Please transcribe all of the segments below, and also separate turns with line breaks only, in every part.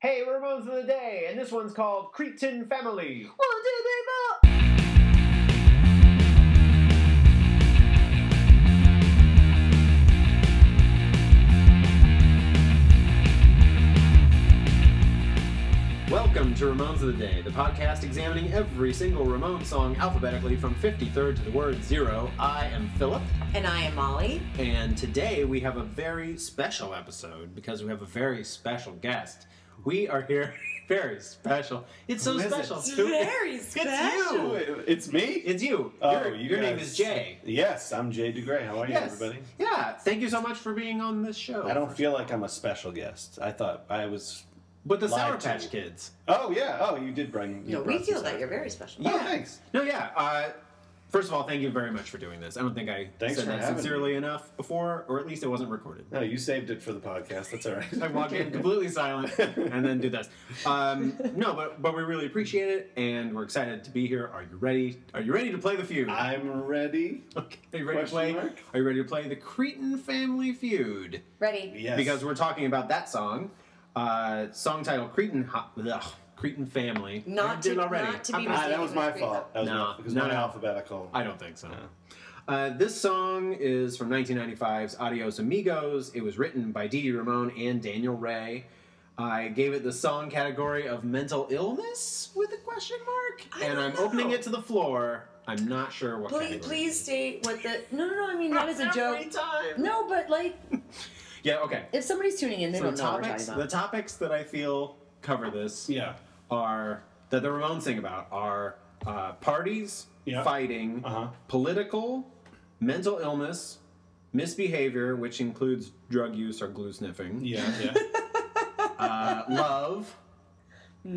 Hey, Ramones of the Day, and this one's called Cretan Family.
One, two, three, four.
Welcome to Ramones of the Day, the podcast examining every single Ramones song alphabetically from 53rd to the word zero. I am Philip,
And I am Molly.
and today we have a very special episode because we have a very special guest. We are here, very special. It's so
Who is it?
special.
It's very
It's
special.
you.
It's me. Oh,
It's you. your your name
guys-
is Jay.
Yes, I'm Jay DeGray. How are
Yes. Oh,
you, everybody?
Yeah. Thank you so much for being on this show.
I don't feel like I'm a special guest. I thought I was.
But the
lied
Sour
to
Patch
you.
Kids.
Oh yeah. Oh, you did bring. You
No, we
brought
feel
some
that
stuff.
you're very special.
Yeah. Oh, thanks.
No, yeah. Uh, first of all, thank you very much for doing this. I don't think I
Thanks
said
for
that
having
sincerely enough before, or at least it wasn't recorded.
No, you saved it for the podcast. That's all right.
I walk in completely silent and then do this. Um, no, but but we really appreciate it, and we're excited to be here. Are you ready? Are you ready to play the feud?
I'm ready.
okay, are you ready to
Uh, Question
play?
mark?
Are you ready to play the Cretan Family Feud?
Ready?
Yes.
Because we're talking about that song, uh, song title Cretan Ho- ugh, Cretan Family.
Not
I did
to-
it already.
not to be
I'm-
ah, that was my fault. That was
No,
my, because
no,
mine
no.
alphabetical.
I don't think so. Uh, this song is from 1995's Adios Amigos. It was written by Dee Dee Ramone and Daniel Ray. I gave it the song category of mental illness with a question mark,
I
and
don't
I'm
know.
opening it to the floor. I'm not sure what.
Please,
category.
please state what the. No, no, no. I mean, not as a
Every
joke.
time.
No, but like,
Yeah. Okay.
if somebody's tuning in, they
So
don't know what we're
topics.
talking
The
about.
topics that I feel cover this
yeah.
are that the Ramones sing about are uh, parties,
Yeah.
fighting,
Uh-huh.
political, mental illness, misbehavior, which includes drug use or glue sniffing,
Yeah. Yeah.
uh, love,
Hmm.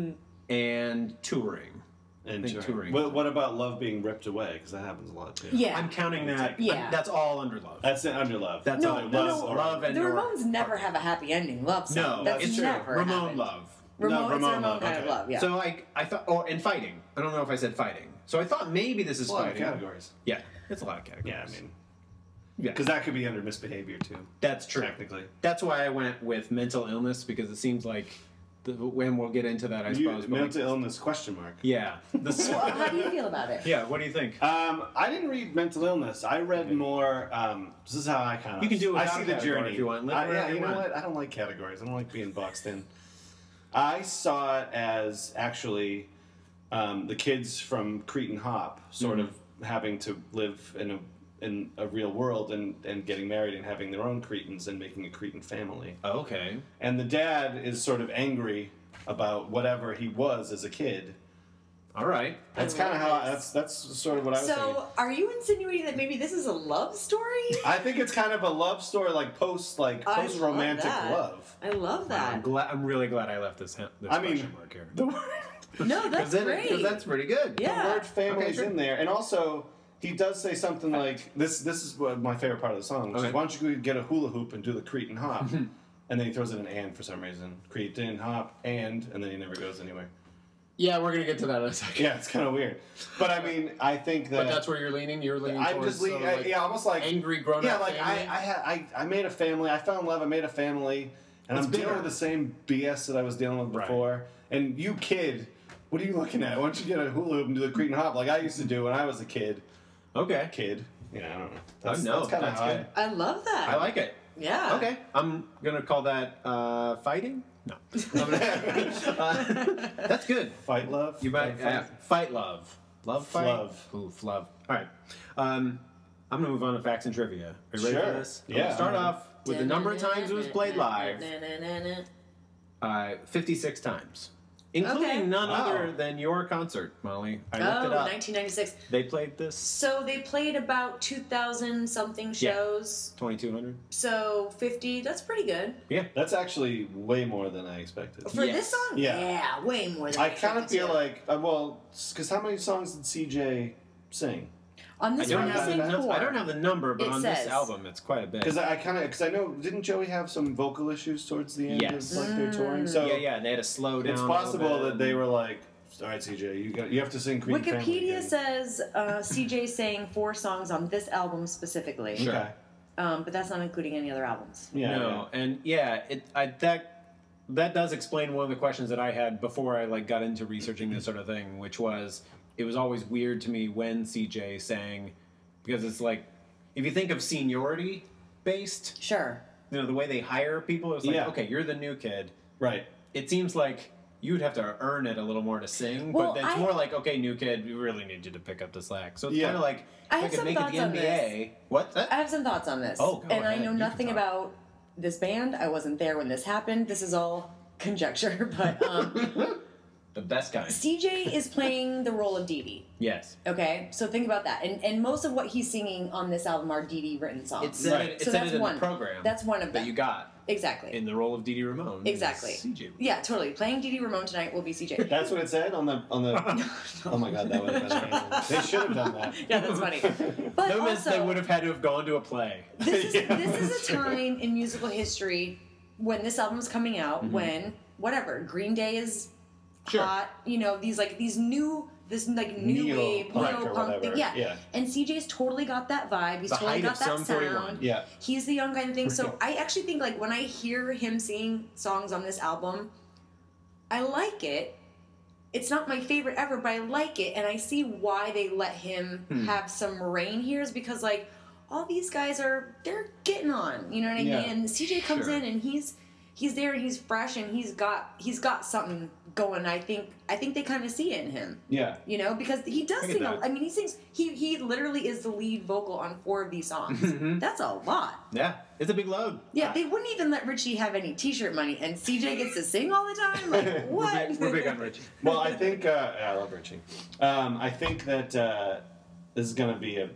and touring.
and
Think touring.
touring. What, what about love being ripped away? Because that happens a lot too.
Yeah.
I'm counting that.
Yeah.
I'm- that's all under love.
That's it. Under love.
That's
No,
all.
no,
love,
no.
love and
the
or-
Ramones never have a happy ending love
No,
song. That's
it's true.
never
Ramone
happened.
love.
Ramon,
No,
it's
Ramon
Ramon
love,
kind of
okay.
love. Yeah.
So I, I thought, oh, and fighting. I don't know if I said fighting. So I thought maybe this is
a lot of
fighting.
categories.
Yeah, it's a lot of categories.
Yeah, I mean,
yeah.
because that could be under misbehavior too.
That's true.
Technically.
That's why I went with mental illness because it seems like the, when we'll get into that, I
You-
suppose. but like-
mental illness question mark.
yeah.
well, how
The,
do you feel about it?
yeah. What do you think?
Um, I didn't read mental illness. I read more. Um, this is how I kind of.
You can do it
I
without
see the
category
journey
if you want. Live
I- yeah,
wherever
you
you
know
want.
what? I don't like categories. I don't like being boxed in. I saw it as actually um, the kids from Cretan Hop sort
Mm-hmm.
of having to live in a in a real world and and getting married and having their own Cretans and making a Cretan family.
Oh, Okay.
And the dad is sort of angry about whatever he was as a kid.
All right.
That's
I
kind of
love
how. I,
this.
that's that's sort of what I was thinking.
So, are you insinuating that maybe this is a love story?
I think it's kind of a love story, like post, like
I
post romantic
love that.
love.
I love
I'm
that.
glad. I'm really glad I left this, hint- this
I mean,
question mark here.
The, word-
No, that's
then-
great.
that's pretty good.
the
Yeah.
word family's
Okay, sure.
in there, and also he does say something like this. This is what my favorite part of the song. Which
Okay.
is, Why don't you go get a hula hoop and do the Cretan hop? and then he throws in an and for some reason. Cretan hop and, and then he never goes anywhere.
Yeah, we're gonna get to that in a second.
Yeah, it's kind of weird, but I mean, I think that.
But that's where you're leaning. You're leaning.
I'm
towards,
just leaning, uh,
sort of, like,
yeah, almost like
angry grown-up
Yeah, like I,
family.
I, had, I, I made a family. I fell in love. I made a family, and
It's
I'm
bitter.
dealing with the same BS that I was dealing with
Right.
before. And you, kid, what are you looking at? Why don't you get a hula hoop and do the Cretan hop like I used to do when I was a kid?
Okay.
Kid, you know, I don't know.
know,
kinda
Oh, that's
how I-
good.
I love that.
I like it.
Yeah.
Okay. I'm gonna call that uh, fighting. No. I'm gonna- uh, that's good.
Fight love.
You might
Fight-
yeah, fight love. Love fight?
Flove.
Ooh, love. All right. Um, I'm going to move on to facts and trivia. Are you ready for
Sure.
this?
Yeah,
We'll start
I'm ready.
off with the number of times it was played live uh, 56 times, including
Okay.
none
Wow.
other than your concert, Molly. I
Oh,
looked it up.
1996.
They played this
So they played about 2,000 something
Yeah.
shows.
2,200.
So 50, that's pretty good.
Yeah.
That's actually way more than I expected.
For
Yes.
this song?
Yeah.
way more than
I kind of
expected
feel
to.
like uh, well, because how many songs did CJ sing?
On
I
this
don't,
one,
have
I
the,
think
nu-
four.
I don't have the number, but
It
on
says.
this album, it's quite a bit.
Because I, I kind of because I know didn't Joey have some vocal issues towards the end
Yes.
of like their touring? So
Mm. yeah, yeah, and they had to slow down.
it's
a little
possible
bit.
that they were like, "All right, CJ, you got you have to sing Creed."
Wikipedia says uh, CJ sang four songs on this album specifically,
Sure.
Okay.
um, but that's not including any other albums.
Yeah.
no, and yeah, it I, that that does explain one of the questions that I had before I like got into researching this sort of thing, which was it was always weird to me when CJ sang because it's like if you think of seniority based,
Sure.
you know, the way they hire people, it's like,
Yeah.
okay, you're the new kid.
Right.
It seems like you'd have to earn it a little more to sing,
Well,
but it's
I-
more like, okay, new kid, we really need you to pick up the slack. So it's
Yeah.
kind of like
I
if I
have
could
some
make it the
thoughts on this.
NBA. What?
I have some thoughts on this.
Oh, go
and I
ahead.
know
You can
nothing
talk.
about this band. I wasn't there when this happened. This is all conjecture, but um,
the best kind.
CJ is playing the role of Dee Dee.
Yes.
Okay, so think about that. And and most of what he's singing on this album are Dee Dee written songs.
It said,
Right.
it,
uh, So
said
that's
it in
one.
the program.
That's one of
that
them.
you got
exactly.
in the role of Dee Dee Ramone. is
exactly.
CJ.
Yeah, totally. Playing Dee Dee Ramone tonight will be CJ.
That's what it said on the on the. oh my god, that would have been amazing. They should have done that.
yeah, that's funny. But
That means
also,
they would have had to have gone to a play.
this is
Yeah,
this
that's
is a
true.
time in musical history when this album is coming out
Mm-hmm.
when whatever Green Day is
Sure.
hot, you know these like these new this like new
Neo
wave
punk
neo
or
punk
whatever,
thing. Yeah.
yeah.
and CJ's totally got that vibe. He's
The
totally
height
got
of
that
Sum 41.
sound.
Yeah.
he's the young guy and thing. So I actually think like when I hear him singing songs on this album, I like it. It's not my favorite ever, but I like it, and I see why they let him have some reign here. Is because like all these guys are they're getting on, you know what I
Yeah.
mean? And CJ comes
Sure.
in and he's he's there and he's fresh and he's got he's got something going. I think I think they kind of see it in him.
Yeah.
You know, because he does
I get
sing. A,
that.
I mean, he sings. He he literally is the lead vocal on four of these songs. That's a lot.
Yeah, it's a big load.
Yeah, they wouldn't even let Richie have any T-shirt money, and CJ gets to sing all the time. Like
We're
what?
big, we're big on Richie.
Well, I think uh, I love Richie. Um, I think that uh, this is going to be a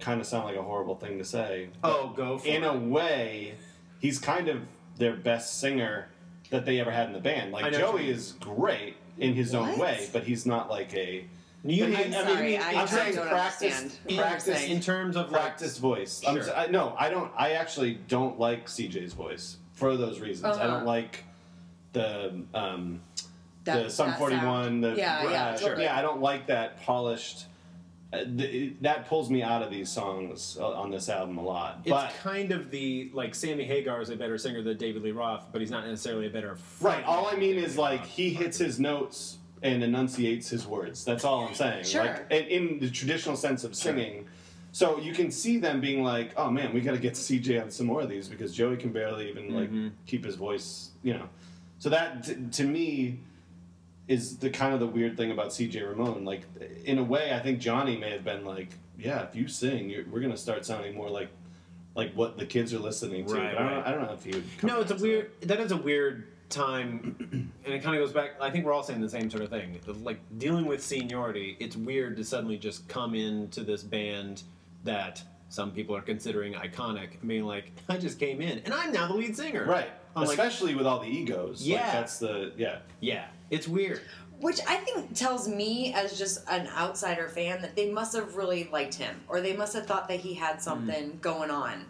kind of sound like a horrible thing to say.
Oh, go for
in
it.
a way, he's kind of their best singer that they ever had in the band.
I
Like
know what you
Joey
mean.
is great in his own
What?
way, but he's not like a
You
But he-
mean-
I'm sorry, I
I'm saying
don't
practice,
understand what you're
practice,
saying.
in terms of like,
practice voice. I'm
Sure.
s- I, no, I don't. I actually don't like CJ's voice for those reasons. I
Uh-huh.
don't like the um,
That-
the Sum
that
41.
sound.
The
yeah, yeah,
uh,
totally.
yeah. I don't like that polished. Uh, th- it- that pulls me out of these songs uh, on this album a lot.
It's
but
kind of the like Sammy Hagar is a better singer than David Lee Roth, but he's not necessarily a better.
right,
frontman
all I
than
mean
David
is
Lee
like
Roth.
he hits his notes and enunciates his words. That's all I'm saying.
Sure.
Like in, in the traditional sense of singing. So you can see them being like, "Oh man, we got to get CJ on some more of these because Joey can barely even like
Mm-hmm.
keep his voice, you know." So that t- to me is the kind of the weird thing about CJ Ramon. Like in a way, I think Johnny may have been like, "Yeah, if you sing, you're, we're gonna start sounding more like like what the kids are listening to."
Right,
but I, don't,
right.
I don't know if he would. come
No, it's a
back to that.
weird. That is a weird time, and it kind of goes back. I think we're all saying the same sort of thing. Like dealing with seniority, it's weird to suddenly just come into this band that some people are considering iconic, and being like, "I just came in, and I'm now the lead singer."
Right.
I'm like,
Especially with all the egos. Like
Yeah.
that's the yeah.
yeah, it's weird.
Which I think tells me, as just an outsider fan, that they must have really liked him, or they must have thought that he had something going on.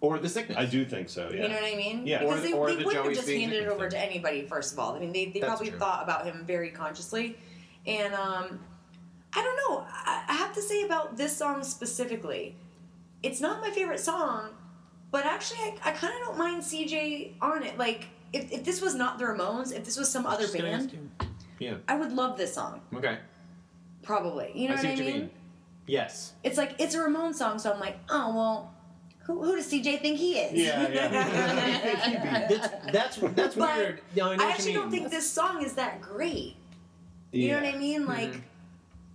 Or the sickness.
I do think so, yeah.
You know what I mean?
Yeah.
Because
Or-
they,
or
they
the
wouldn't have
Joey
just
Steen
handed it over
thing.
to anybody, first of all. I mean, they, they
That's
probably
true.
thought about him very consciously. And um, I don't know. I, I have to say about this song specifically, it's not my favorite song, but actually, I, I kind of don't mind CJ on it. Like, if, if this was not the Ramones, if this was some other
Just gonna ask
band,
you. Yeah.
I would love this song,
Okay.
probably. You know
I
what
see
I
what you
mean?
mean. Yes.
It's like, it's a Ramones song, so I'm like, oh, well, who, who does CJ think he is?
Yeah, yeah.
That's that's that's
But
weird. No, I, know
I
what
actually
you mean.
don't think this song is that great. You know what I
Mm-hmm.
mean? Like,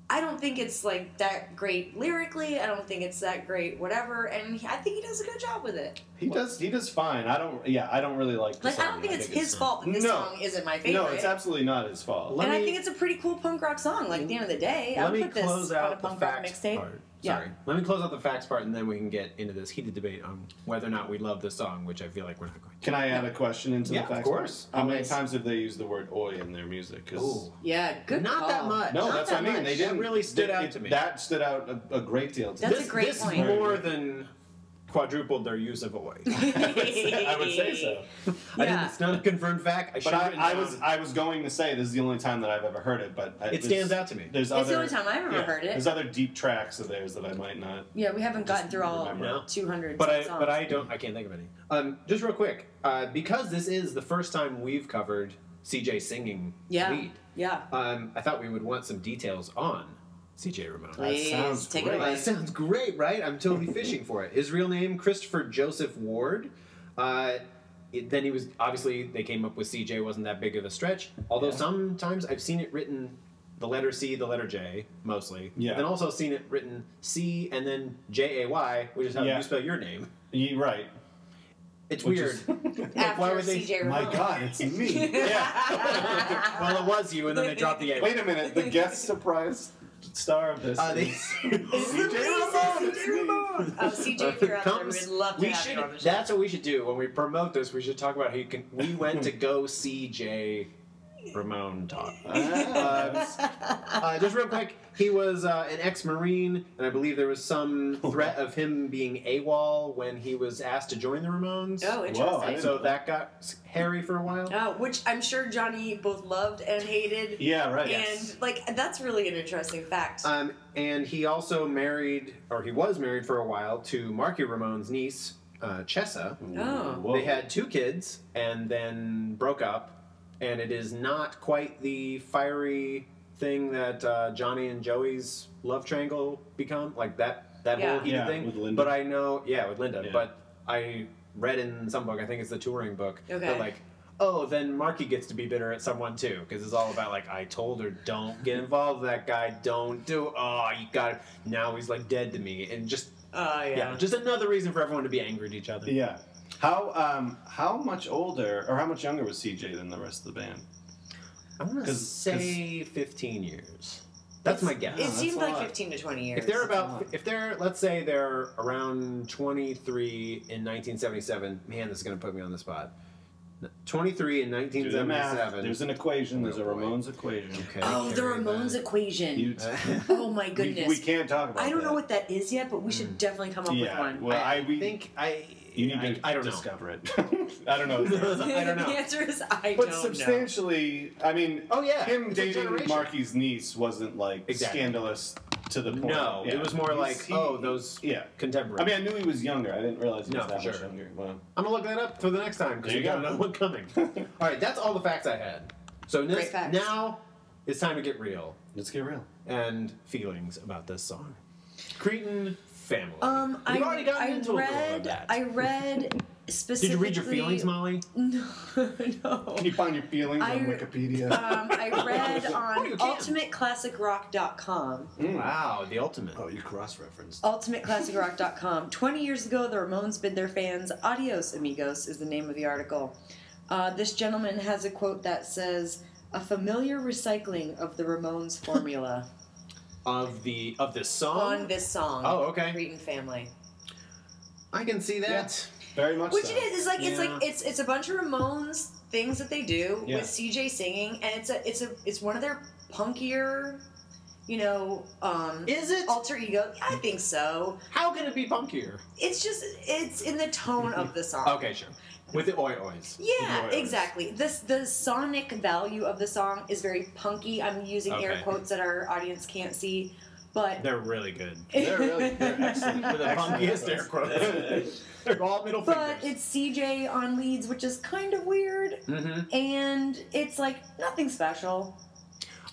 I don't think it's like that great lyrically. I don't think it's that great, whatever. And he, I think he does a good job with it.
He does he does fine. I don't yeah, I don't really like the
Like,
song.
I don't think it's his fault that this
No.
song isn't my favorite.
No, it's absolutely not his fault.
Let
and
me-
I think it's a pretty cool punk rock song. Like, at the end of the day, I
Let
would
me
put this
close
on a
out the
punk rock
facts
mixtape.
part.
Yeah.
Sorry. Let me close out the facts part, and then we can get into this heated debate on whether or not we love this song, which I feel like we're not going to.
Can I add a question into
Yeah,
the
of
facts?
course.
How many
Always.
times have they used the word oi in their music? 'Cause-
Yeah, good
Not
call.
that much.
No,
Not
that's what
that
I mean.
much.
They didn't
That really stood
they-
out
it-
to me.
That stood out a, a great deal to
That's
me.
this,
a great
this
point.
more than
quadrupled their use of Oi.
I would say- I would say so.
I didn't,
Yeah.
it's not a confirmed fact. I should
But
have
I, I was I was going to say this is the only time that I've ever heard it, but I-
It
there's-
stands out to me.
There's
It's
other,
the only time I've ever
yeah,
heard it.
There's other deep tracks of theirs that I might not.
Yeah, we haven't gotten through all
remember.
No.
200
But I
songs.
but I don't
I can't think of any. Um, just real quick, uh, because this is the first time we've covered CJ singing
yeah,
lead.
yeah.
Um, I thought we would want some details on CJ Ramon.
Please
sounds
take
great.
it away.
That sounds great, right? I'm totally fishing for it. His real name, Christopher Joseph Ward. Uh, it- then he was obviously they came up with CJ wasn't that big of a stretch. Although
Yeah.
sometimes I've seen it written the letter C, the letter J mostly.
Yeah.
Then also seen it written C and then J A Y, which is how
Yeah.
you spell your name.
You're right.
It's
Which
weird.
is-
Like, why
After
would they-
CJ Ramon.
it's me. yeah.
well, it was you, and then they dropped the A.
Wait a minute. The guest surprise star of this
Uh, they-
is
It's the
CJ
Ramon,
Ramon.
it's
it's
CJ
me.
Ramon. Oh, CJ, if you're out there,
Comes-
we'd love to
we
have
should.
you on the show.
That's what we should do when we promote this. We should talk about who can, we went to go see Jay Ramon talk.
Ah,
Uh, just real quick, he was uh, an ex-marine, and I believe there was some threat of him being AWOL when he was asked to join the Ramones.
oh,
Whoa, I
interesting.
didn't-
so that got s- hairy for a while.
Oh, which I'm sure Johnny both loved and hated.
yeah, right.
And like that's really an interesting fact.
Um, and he also married, or he was married for a while, to Marky Ramone's niece, uh, Chessa.
Oh.
Whoa.
They had two kids and then broke up. And it is not quite the fiery thing that uh, Johnny and Joey's love triangle become, like that that whole
Yeah.
heated
Yeah,
thing.
with Linda.
But I know, yeah, with Linda.
Yeah.
But I read in some book, I think it's the touring book,
Okay.
that like. Oh, then Marky gets to be bitter at someone too, because it's all about like I told her don't get involved with that guy, don't do. Oh, you got it. Now he's like dead to me, and just
oh yeah.
yeah, just another reason for everyone to be angry at each other.
Yeah. How um how much older or how much younger was CJ than the rest of the band?
I'm gonna
'Cause-
say 15 years. That's my guess.
It
that's
seemed
a
like
lot.
15 to 20 years.
if they're
That's a
about,
lot.
if they're, let's say they're around 23 in 1977. Man, this is gonna put me on the spot. 23 in
Do the math.
1977.
There's an equation. There's a
Oh, boy.
Ramones equation.
Okay,
oh, the
carry
Ramones
that.
equation.
You-
oh my
we,
goodness.
we can't talk about.
I don't
that.
know what that is yet, but we
Hmm.
should definitely come up
Yeah.
with one.
Well, I,
I,
we
think I.
you need
I,
to
I don't know.
discover it. I don't know.
I don't know.
the answer is I
But
don't know.
substantially, I mean,
Oh, yeah,
him
it's a
dating
generation.
Marky's niece wasn't like
Exactly.
scandalous to the point.
No,
Yeah.
it was more
He's-
like
he-
oh those
Yeah,
contemporaries.
I mean, I knew he was younger. I didn't realize he
No,
was that
for
much
sure.
younger. Wow.
I'm gonna look that up for the next time because
There
you
you
gotta
go.
know what's coming. all right, that's all the facts I had. So
Great
this,
facts.
now it's time to get real
Let's get real.
and feelings about this song. Cretan family.
Um,
We've
I,
already gotten
I
into a
read,
little of that.
I read
Did
specifically.
you read your feelings, Molly?
No, no.
Can you find your feelings
I-
on Wikipedia?
Um, I read
Oh, you
on
can.
ultimateclassicrock.com.
Wow, the ultimate.
oh, you cross-referenced.
ultimateclassicrock.com. 20 years ago, the Ramones bid their fans adios, amigos, is the name of the article. Uh, this gentleman has a quote that says, a familiar recycling of the Ramones formula
Of the of this
on
song.
this song.
Oh, okay.
Cretan family.
I can see that.
Very much.
Which
so.
it is. It's like it's
Yeah.
like it's it's a bunch of Ramones things that they do
Yeah.
with CJ singing, and it's a it's a it's one of their punkier, you know, um,
Is it?
alter ego. I
Mm-hmm.
think so.
How can it be punkier?
It's just it's in the tone
Mm-hmm.
of the song.
Okay, sure. With the oi ois.
Yeah,
With the Oilers.
exactly. This the sonic value of the song is very punky. I'm using air
Okay.
quotes that our audience can't see, but
They're really good.
They're really they're excellent.
They're the
Excellent.
punkiest air quotes. They're all middle
but
fingers.
it's CJ on leads, which is kind of weird,
mm-hmm.
and it's like nothing special.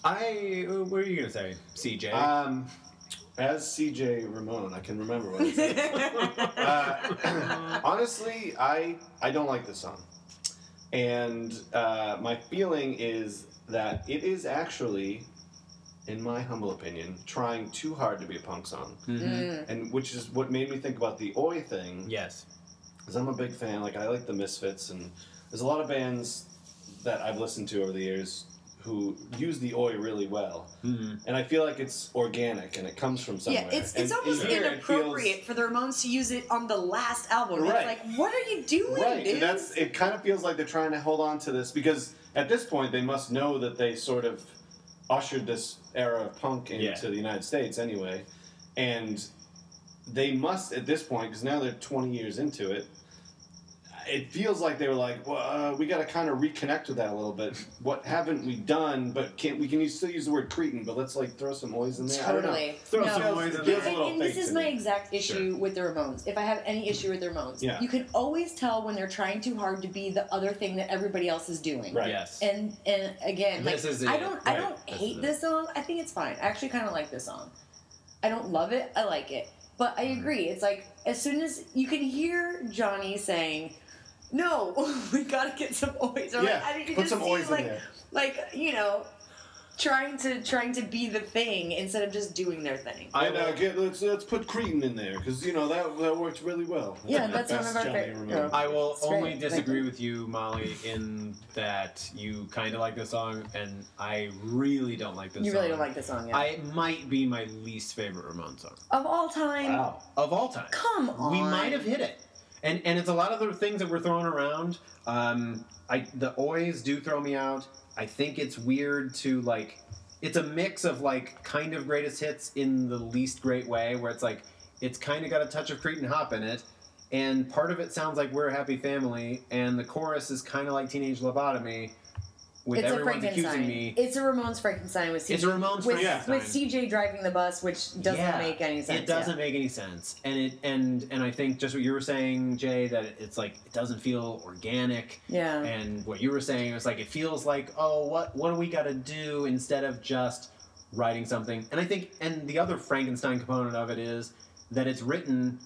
I. uh, What are you gonna say, CJ?
Um, as CJ Ramon, I can remember what I said. uh, honestly, I I don't like this song, and uh, my feeling is that it is actually, in my humble opinion, trying too hard to be a punk song,
Mm-hmm.
Mm.
and which is what made me think about the Oi thing
yes.
because I'm a big fan. Like I like the Misfits, and there's a lot of bands that I've listened to over the years who use the oi really well,
Mhm.
and I feel like it's organic and it comes from somewhere.
Yeah, it's it's
And
almost
here it feels-
inappropriate for the Ramones to use it on the last album.
Right.
It's like, what are you doing,
Right,
dude?
and that's it. Kind of feels like they're trying to hold on to this because at this point they must know that they sort of ushered this era of punk into
Yeah.
the United States anyway, and they must at this point because now they're 20 years into it it feels like they were like well uh, we got to kind of reconnect with that a little bit what haven't we done but can't we can use, still use the word cretin but let's like throw some oys in there I don't know.
Totally.
Throw
No.
some noise in
It
there.
feels a
And,
little
and this
fake
is
to
my
me.
exact issue with the Ramones. If I have any issue with the Ramones,
Yeah.
you can always tell when they're trying too hard to be the other thing that everybody else is doing.
Right.
Yes.
And and again, like,
This is
I
it,
don't I
right.
don't
This is
hate
it.
this song. I think it's fine. I actually kind of like this song. I don't love it. I like it. But I
Mm-hmm.
agree. It's like as soon as you can hear Johnny saying, "No, we gotta get some oys." I'm
Yeah,
Like, I, you
put
just
some
see,
oys in
like,
there.
Like you know, trying to trying to be the thing instead of just doing their thing.
I
And, uh,
will-
get, let's let's put cretin in there because you know that that worked really well.
Yeah, that's one of our
Johnny
favorite-
Ramone.
I will
It's
only
great.
disagree with you, Molly, in that you kind of like this song, and I really don't like this
You
song.
really don't like this song, yeah?
I it might be my least favorite Ramon song
of all time.
Wow.
of all time.
Come on.
We might have hit it, and and it's a lot of the things that we're throwing around. Um, I the oys do throw me out. I think it's weird to like. It's a mix of like kind of greatest hits in the least great way, where it's like it's kind of got a touch of Cretan hop in it, and part of it sounds like we're a happy family, and the chorus is kind of like teenage lobotomy, with
It's a
everyone accusing
Frankenstein.
me.
It's a Ramones Frankenstein with CJ.
It's a Ramones
with,
Frankenstein.
with CJ driving the bus, which doesn't
Yeah,
make any sense.
It doesn't make any sense, and it and and I think just what you were saying, Jay, that it's like it doesn't feel organic.
Yeah. yeah.
And what you were saying was like it feels like oh what what do we got to do instead of just writing something. And I think and the other Frankenstein component of it is that it's written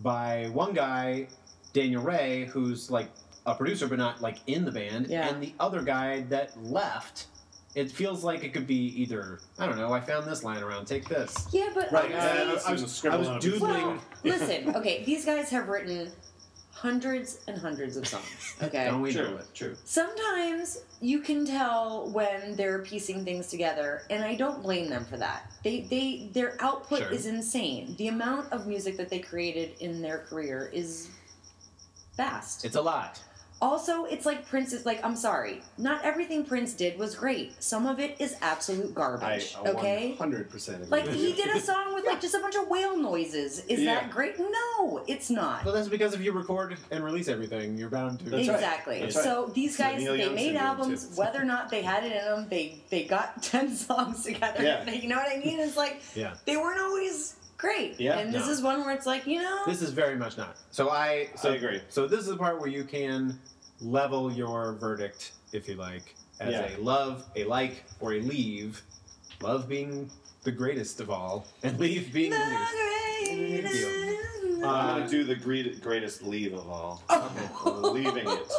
by one guy, Daniel Ray, who's like a producer but not like in the band,
Yeah.
and the other guy that left. It feels like it could be either I don't know. I found this line around. Take this.
Yeah, but
Right,
honestly-
yeah, that's-
I was,
This is a scribble
I was
on a piece of
doodling.
well, listen, okay, these guys have written hundreds and hundreds of songs. Okay.
Don't we do
True.
it?
True.
Sometimes you can tell when they're piecing things together, and I don't blame them for that. They they their output
Sure.
is insane. The amount of music that they created in their career is vast.
It's a lot.
also, it's like Prince is like I'm sorry, not everything Prince did was great. Some of it is absolute
I
garbage. okay.
hundred percent.
Like he did a song with like just a bunch of whale noises. Is
Yeah.
that great? No, it's not.
Well, that's because if you record and release everything, you're bound to.
That's right.
exactly.
That's right.
So these
the
guys,
Neil
they
Young
made
syndrome,
albums,
too.
whether or not they had it in them, they they got ten songs together.
Yeah.
you know what I mean? It's like
Yeah.
they weren't always great.
Yeah,
and this
no.
is one where it's like you know,
This is very much not. So I. So,
I agree.
So this is the part where you can level your verdict, if you like, as
Yeah.
a love, a like, or a leave. Love being the greatest of all, and leave being
the
the least.
greatest.
I'm
Uh,
gonna do the gre- greatest leave of all.
Oh.
Leaving it.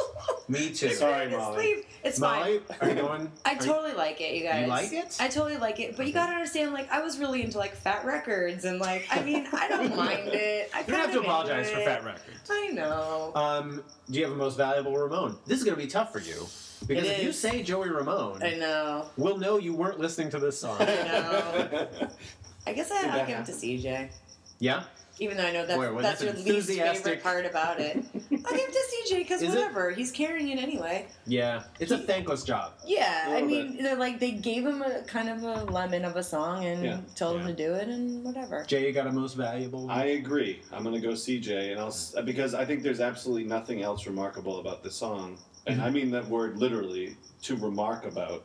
Me too.
The
Sorry,
greatest
Molly.
leave. It's fine.
Molly, are you going?
I
are you-
totally like it, you guys.
like it?
I totally like it, but you gotta understand, like, I was really into like Fat Records, and like, I mean, I don't mind it. I
You don't have
kind
to
of
apologize
enjoy
for
it.
Fat Records.
I know.
Um, do you have a most valuable Ramon? This is going to be tough for you because
It
if you
is.
say Joey Ramone,
I know.
we'll know you weren't listening to this song.
I know. I guess I,
Did
I'll
that
give it to CJ,
yeah.
even though I know that's,
Boy, well,
that's,
that's
your least favorite
enthusiastic.
part about it. I'll give it to CJ because
Is it?
whatever, he's carrying it anyway.
Yeah, it's a thankless job.
Yeah,
A
I
little
mean, they're like they gave him a kind of a lemon of a song and
Yeah.
told him
Yeah.
to do it and whatever.
Jay you got a most valuable.
I agree. I'm gonna go CJ, and I'll s- because I think there's absolutely nothing else remarkable about the song, and
Mm-hmm.
I mean that word literally to remark about.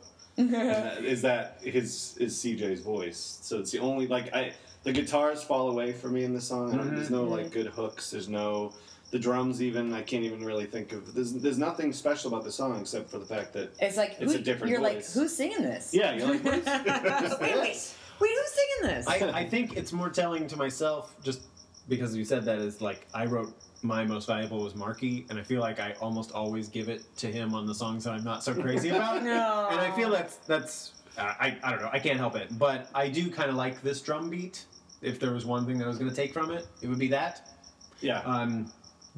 and that, is that his is CJ's voice? So it's the only like I the guitars fall away for me in the song. I don't, There's no like good hooks. There's no the drums even. I can't even really think of. There's there's nothing special about the song except for the fact that
It's like
It's
who,
a different
you're
voice.
like, who's singing this?
yeah, you're like,
wait,
what
wait,
is-
wait, who's singing this?
I, I think it's more telling to myself just because you said that is like I wrote my most valuable was Marky, and I feel like I almost always give it to him on the songs that I'm not so crazy about.
No.
And I feel that's that's uh, I I don't know I can't help it, but I do kind of like this drum beat. If there was one thing that I was going to take from it, it would be that.
yeah.
Um,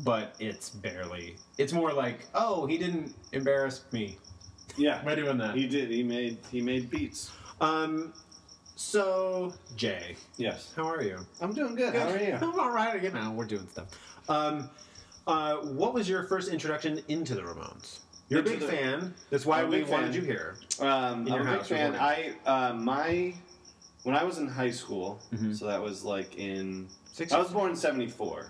but it's barely. It's more like oh he didn't embarrass me
Yeah,
by doing that.
he did. He made he made beats.
Um, so Jay,
Yes,
how are you?
I'm doing good.
I'm all right again. Now we're doing stuff. Um, uh, what was your first introduction into the Ramones? You're a
Into
big
the-
fan. That's why
I'm a
we
big
wanted
fan.
you here.
Um,
In your
I'm a big
house, you're
fan. I uh, my when I was in high school, so that was like in.
Six
I was born in '74.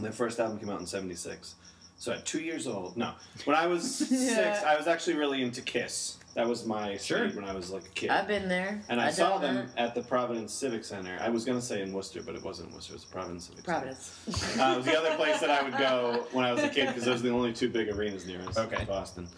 Their first album came out in '76, so at two years old. No, when I was six, I was actually really into Kiss. That was my
Sure.
speed when I was like a kid.
I've been there.
and I,
I've
saw
done
them at the Providence Civic Center. I was gonna say in Worcester, but it wasn't Worcester. It was Providence Civic
that. Providence.
Center. Uh, it was the other place that I would go when I was a kid because those are the only two big arenas near us.
Okay.
Boston.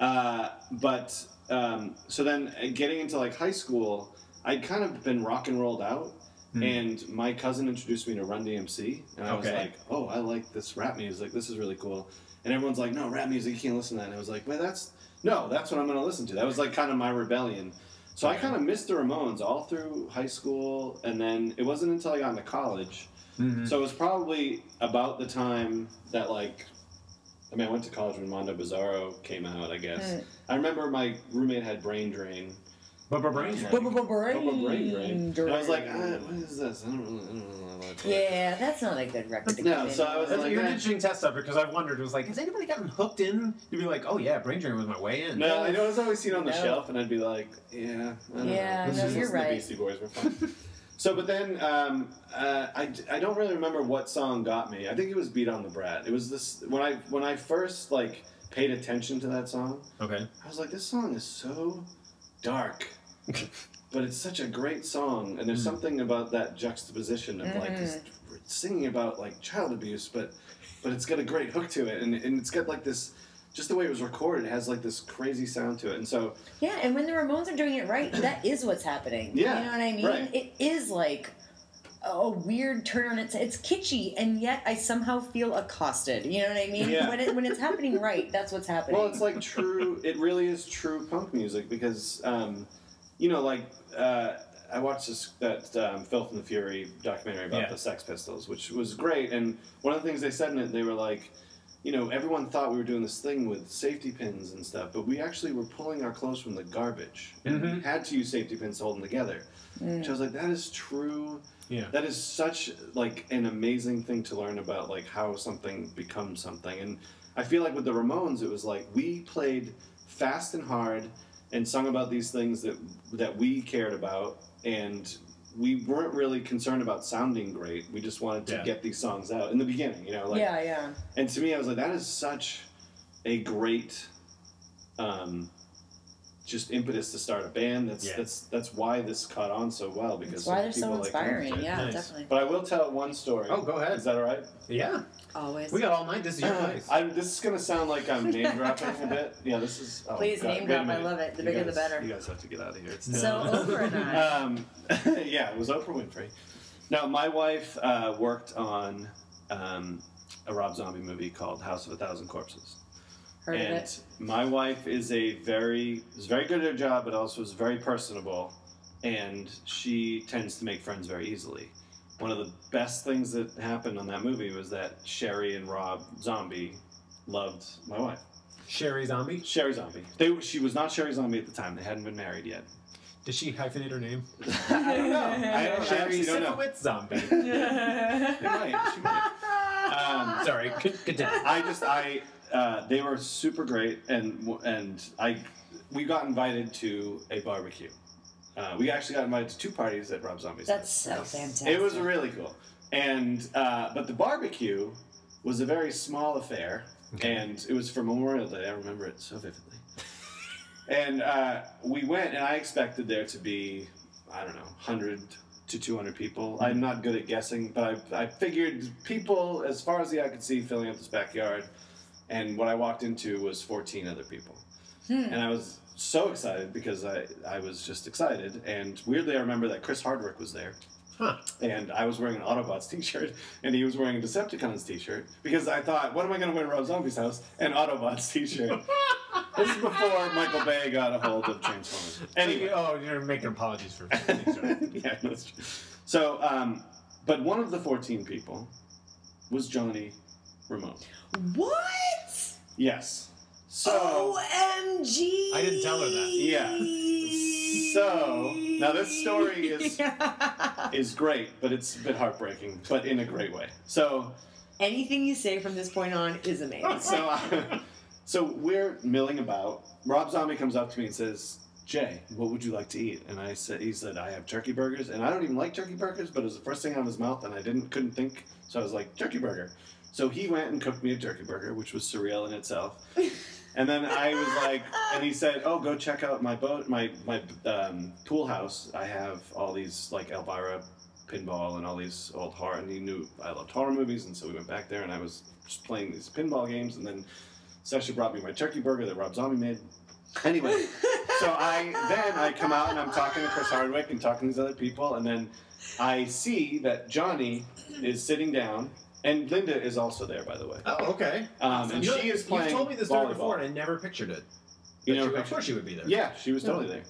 Uh, but um, so then uh, getting into like high school, I'd kind of been rock and rolled out. And my cousin introduced me to Run DMC, and I
Hmm. Okay.
was like, "Oh, I like this rap music. This is really cool." And everyone's like, "No, rap music, you can't listen to that." And I was like, "Well, that's no, that's what I'm going to listen to." That was like kind of my rebellion. So I kind of missed the Ramones all through high school, and then it wasn't until I got into college.
Mm-hmm.
So it was probably about the time that like I mean, I went to college when Mondo Bizarro came out, I guess.
Mm.
I remember my roommate had brain drain.
But but brains.
Brain
Brain
Oh, brain drain.
drain.
And I was like, ah, what is this? I don't really, I don't really like that.
Yeah, that's not a good record. to
No,
get
so
in.
I was
That's
like
you're an
that.
interesting test subject because I've wondered. Was like, has anybody gotten hooked in? You'd be like, oh yeah, brain drain was my way in.
No, I know it was always seen on the
No.
shelf, and I'd be like, yeah, I don't
Yeah,
know. Let's
no,
just
you're
listen to
right.
Beastie Boys, we're fine. so, but then um, uh, I, I don't really remember what song got me. I think it was "Beat on the Brat." It was this when I when I first like paid attention to that song.
Okay.
I was like, this song is so dark, but it's such a great song. And there's something about that juxtaposition of like this singing about like child abuse, but but it's got a great hook to it, and, and it's got like this. Just the way it was recorded, it has like this crazy sound to it, and so
Yeah, and when the Ramones are doing it right, that is what's happening.
Yeah,
You know what I mean?
right.
It is like a weird turn on its it's kitschy and yet I somehow feel accosted. You know what I mean?
Yeah.
When it when it's happening right, that's what's happening.
well, it's like true. It really is true punk music because, um, you know, like uh, I watched this that um, Filth and the Fury documentary about
Yeah.
the Sex Pistols, which was great. And one of the things they said in it, they were like, you know, everyone thought we were doing this thing with safety pins and stuff, but we actually were pulling our clothes from the garbage and we had to use safety pins to hold them together. Which I was like, that is true.
Yeah.
That is such like an amazing thing to learn about like how something becomes something. And I feel like with the Ramones it was like we played fast and hard and sung about these things that that we cared about and we weren't really concerned about sounding great. We just wanted to
Yeah.
get these songs out in the beginning, you know, like
yeah, yeah.
and to me, I was like, that is such a great, um, just impetus to start a band. That's
Yeah.
that's that's why this caught on so well because
That's why they're so
people like "Oh,
inspiring.
it.
yeah,
Nice.
definitely.
But I will tell one story.
Oh, go ahead.
Is that Uh, all right?
Yeah.
Always.
We got all night. This is your place.
I'm, this is gonna sound like I'm name dropping a bit. Yeah, this is. Oh,
Please
God,
name
wait a
drop, I
minute.
love it. The
You
bigger the
guys-
better.
You guys have to get out of here. It's
So oh
No.
Oprah and I.
um, yeah, it was Oprah Winfrey. No, my wife uh, worked on um, a Rob Zombie movie called House of a Thousand Corpses.
Heard of
and
it.
my wife is a very is very good at her job, but also is very personable, and she tends to make friends very easily. One of the best things that happened on that movie was that Sherry and Rob Zombie loved my wife.
Sherry Zombie.
Sherry Zombie. They she was not Sherry Zombie at the time. They hadn't been married yet.
Did she hyphenate her name?
I don't know. I, I
Sherry
actually don't know.
Sifowitz Zombie.
They might. She might. Um,
Sorry. Good, good day.
I just I uh, they were super great and and I we got invited to a barbecue. Uh, we actually got invited to two parties at Rob Zombie's.
That's
house.
so fantastic.
It was really cool, and uh, but the barbecue was a very small affair, and it was for Memorial Day. I remember it so vividly. and uh, we went, and I expected there to be I don't know hundred to two hundred people. I'm not good at guessing, but I, I figured people as far as the eye could see filling up this backyard, and what I walked into was fourteen other people and I was so excited because I, I was just excited. And weirdly, I remember that Chris Hardwick was there.
Huh.
And I was wearing an Autobots T-shirt, and he was wearing a Decepticons T-shirt because I thought, what am I going to wear to Rob Zombie's house? An Autobots T-shirt. this is before Michael Bay got a hold of Transformers. Anyway,
Oh, you're making apologies for.
yeah, that's true. So, um, but one of the fourteen people was Johnny Ramone.
What?
Yes. So.
Oh,
OMG.
I didn't tell her that.
Yeah. So now this story is is great, but it's a bit heartbreaking, but in a great way. So
Anything you say from this point on is amazing.
uh, so I, so we're milling about. Rob Zombie comes up to me and says, Jay, what would you like to eat? And I said, he said, I have turkey burgers, and I don't even like turkey burgers, but it was the first thing out of his mouth, and I didn't couldn't think, so I was like, turkey burger. So he went and cooked me a turkey burger, which was surreal in itself. and then I was like, and he said, oh, go check out my boat, my my um, pool house. I have all these like Elvira pinball and all these old horror. And he knew I loved horror movies, and so we went back there, and I was just playing these pinball games, and then. Sasha brought me my turkey burger that Rob Zombie made. Anyway, so I then I come out and I'm talking to Chris Hardwick and talking to these other people, and then I see that Johnny is sitting down, and Linda is also there, by the way.
Oh, okay.
Um, and
You know,
she is playing.
You've told me this story
volleyball.
before, and I never pictured it. But
You never
she- of
pictured
course she would be there.
Yeah, she was totally there.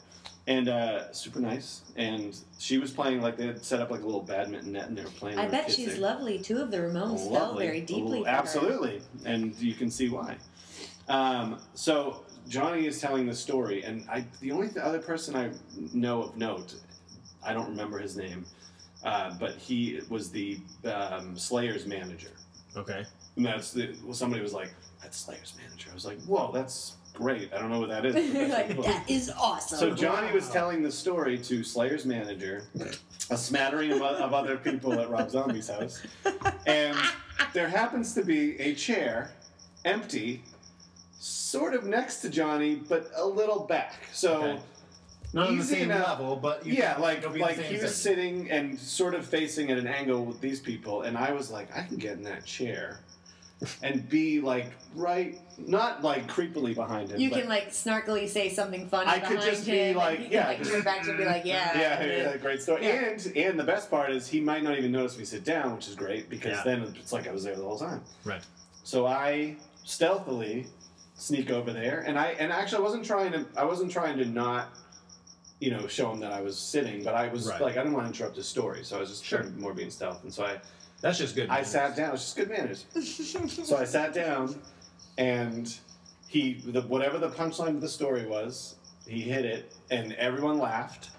And uh, super nice. And she was playing like they had set up like a little badminton net and they were playing.
I
with her
bet
kids
she's
there.
lovely. Two of the Ramones fell
Lovely.
very deeply.
Oh,
for her.
absolutely, and you can see why. Um, so Johnny is telling the story, and I the only th- other person I know of note, I don't remember his name, uh, but he was the um, Slayer's manager,
Okay.
and that's the well, somebody was like, "That's Slayer's manager." I was like, "Whoa, that's great." I don't know what that is. but that's
like
cool."
that is awesome.
So Johnny was telling the story to Slayer's manager, a smattering of, of other people at Rob Zombie's house, and there happens to be a chair, empty, sort of next to Johnny, but a little back. So.
Okay. Not on the
Easy
same
enough.
level, but you
Yeah,
can-
like
it'll be the
like
same
he was
thing.
sitting and sort of facing at an angle with these people, and I was like, I can get in that chair, and be like right, not like creepily behind him.
you
but,
can like snarkily say something funny.
I could
behind
just be
him, and
like,
he can,
yeah,
like,
just-
turn back to be like, yeah,
Yeah,
and
yeah,
then-
yeah, great story.
Yeah.
And and the best part is he might not even notice we sit down, which is great because
Yeah.
then it's like I was there the whole time.
Right.
So I stealthily sneak over there, and I and actually I wasn't trying to I wasn't trying to not you know show him that I was sitting, but I was
Right.
like I didn't want to interrupt his story, so I was just
Sure.
more being stealth, and so I
That's just good.
I
manners.
sat down. It's just good manners. so I sat down, and he the, whatever the punchline of the story was, he hit it, and everyone laughed.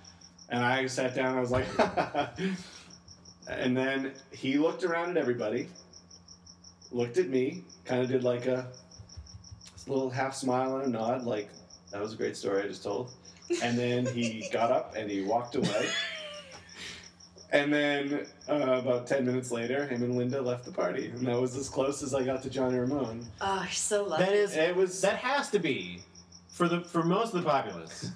And I sat down. I was like, and then he looked around at everybody, looked at me, kind of did like a little half smile and a nod, like that was a great story I just told. And then he got up and he walked away. And then uh, about 10 minutes later, him and Linda left the party. And that was as close as I got to Johnny Ramone.
Oh, you're so lucky.
That is
It was.
that has to be for the for most of the populace.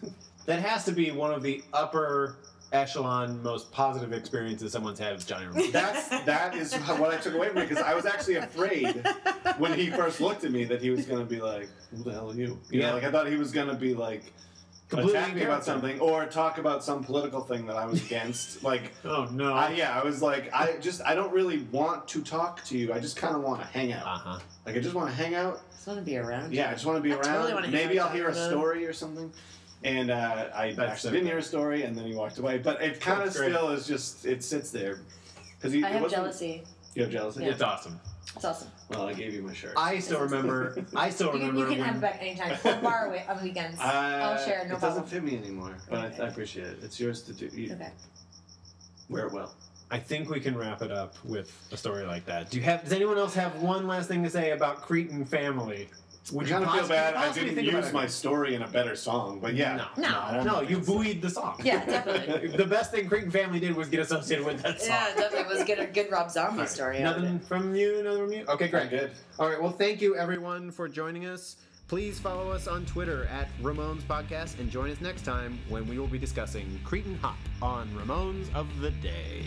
that has to be one of the upper echelon most positive experiences someone's had with Johnny Ramone.
That's that is what I took away from it because I was actually afraid when he first looked at me that he was gonna be like, "Who the hell are you?" You
Yeah.
know, like I thought he was gonna be like
Completely
attack me about
character.
something or talk about some political thing that I was against. like,
Oh no.
I, yeah, I was like, I just I don't really want to talk to you. I just kind of want to hang out.
uh-huh.
Like I just want to hang out
I just want to be around. you.
Yeah, I just want to be
I
around.
totally wanna hear
Maybe
what
I'll hear a
happened.
story or something. And uh, I
That's
actually
so
didn't
good.
hear a story, and then he walked away. But it kind of
That's great.
still is just it sits there because he.
I
it
have
wasn't-
jealousy.
You have jealousy.
It's awesome.
It's awesome.
Well, I gave you my shirt.
I still remember. I still
You can,
remember
you can
when.
have it back anytime. I'll borrow it on weekends.
Uh,
I'll share. No
it
problem.
doesn't fit me anymore, but I, I appreciate it. It's yours to do. You
Okay.
Wear it well.
I think we can wrap it up with a story like that. Do you have? Does anyone else have one last thing to say about Cretan family? Would
I kind of feel
possi-
bad. I
possibly
didn't
think about
use
it?
my story in a better song, but yeah.
No,
No.
no, no, you buoyed the song.
Yeah, definitely.
the best thing Cretan family did was get associated with that song.
yeah, definitely was get a good Rob Zombie
All right.
story. out of it.
Nothing from you, nothing from you. Okay,
Very
great.
good.
All right, well, thank you everyone for joining us. Please follow us on Twitter at Ramones Podcast and join us next time when we will be discussing Cretan Hop on Ramones of the Day.